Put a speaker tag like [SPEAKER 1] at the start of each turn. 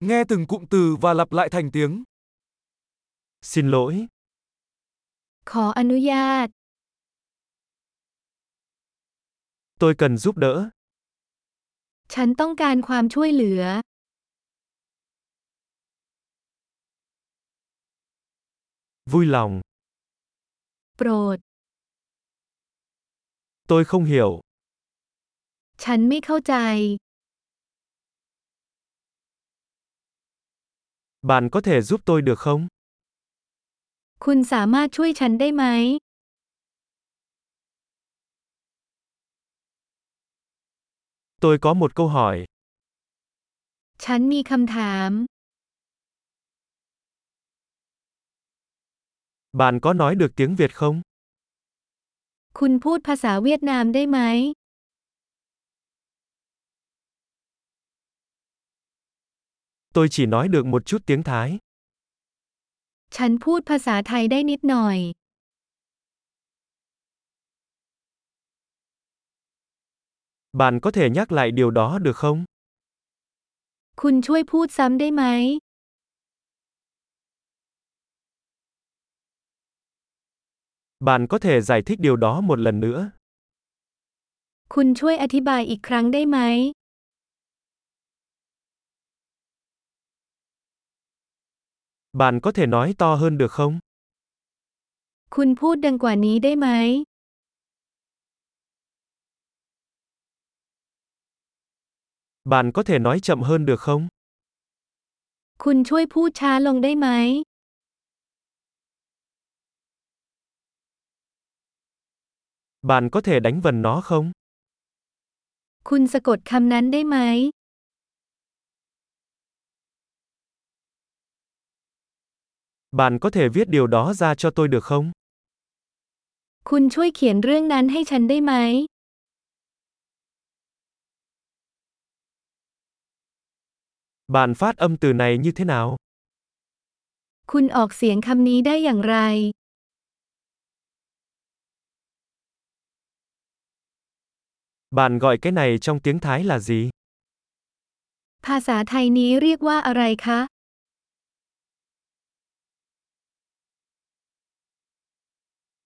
[SPEAKER 1] Nghe từng cụm từ và lặp lại thành tiếng.
[SPEAKER 2] Xin lỗi,
[SPEAKER 3] ขออนุญาต
[SPEAKER 2] tôi cần giúp đỡ.
[SPEAKER 3] ฉันต้องการความช่วยเหลือ
[SPEAKER 2] Vui lòng,
[SPEAKER 3] โปรด
[SPEAKER 2] tôi không hiểu.
[SPEAKER 3] ฉันไม่เข้าใจ
[SPEAKER 2] Bạn có thể giúp tôi được không?
[SPEAKER 3] คุณสามารถช่วยฉันได้ไหม
[SPEAKER 2] Tôi có một câu hỏi.
[SPEAKER 3] ฉันมีคำถาม
[SPEAKER 2] Bạn có nói được tiếng Việt không?
[SPEAKER 3] คุณพูดภาษาเวียดนามได้ไหม
[SPEAKER 2] Tôi chỉ nói được một chút tiếng Thái.
[SPEAKER 3] ฉันพูดภาษาไทยได้นิดหน่อย
[SPEAKER 2] Bạn có thể nhắc lại điều đó được không?
[SPEAKER 3] คุณช่วยพูดซ้ำได้ไหม
[SPEAKER 2] Bạn có thể giải thích điều đó một lần nữa.
[SPEAKER 3] คุณช่วยอธิบายอีกครั้งได้ไหม
[SPEAKER 2] Bạn có thể nói to hơn được không?
[SPEAKER 3] คุณพูดดังกว่านี้ได้ไหม
[SPEAKER 2] Bạn có thể nói chậm hơn được không?
[SPEAKER 3] คุณช่วยพูดช้าลงได้ไหม
[SPEAKER 2] Bạn có thể đánh vần nó không?
[SPEAKER 3] คุณสะกดคำนั้นได้ไหม
[SPEAKER 2] Bạn có thể viết điều đó ra cho tôi được không?
[SPEAKER 3] คุณช่วยเขียนเรื่องนั้นให้ฉันได้ไหม
[SPEAKER 2] Bạn phát âm từ này như thế nào?
[SPEAKER 3] คุณออกเสียงคำนี้ได้อย่างไร
[SPEAKER 2] Bạn gọi cái này trong tiếng Thái là gì?
[SPEAKER 3] ภาษาไทยนี้เรียกว่าอะไรคะ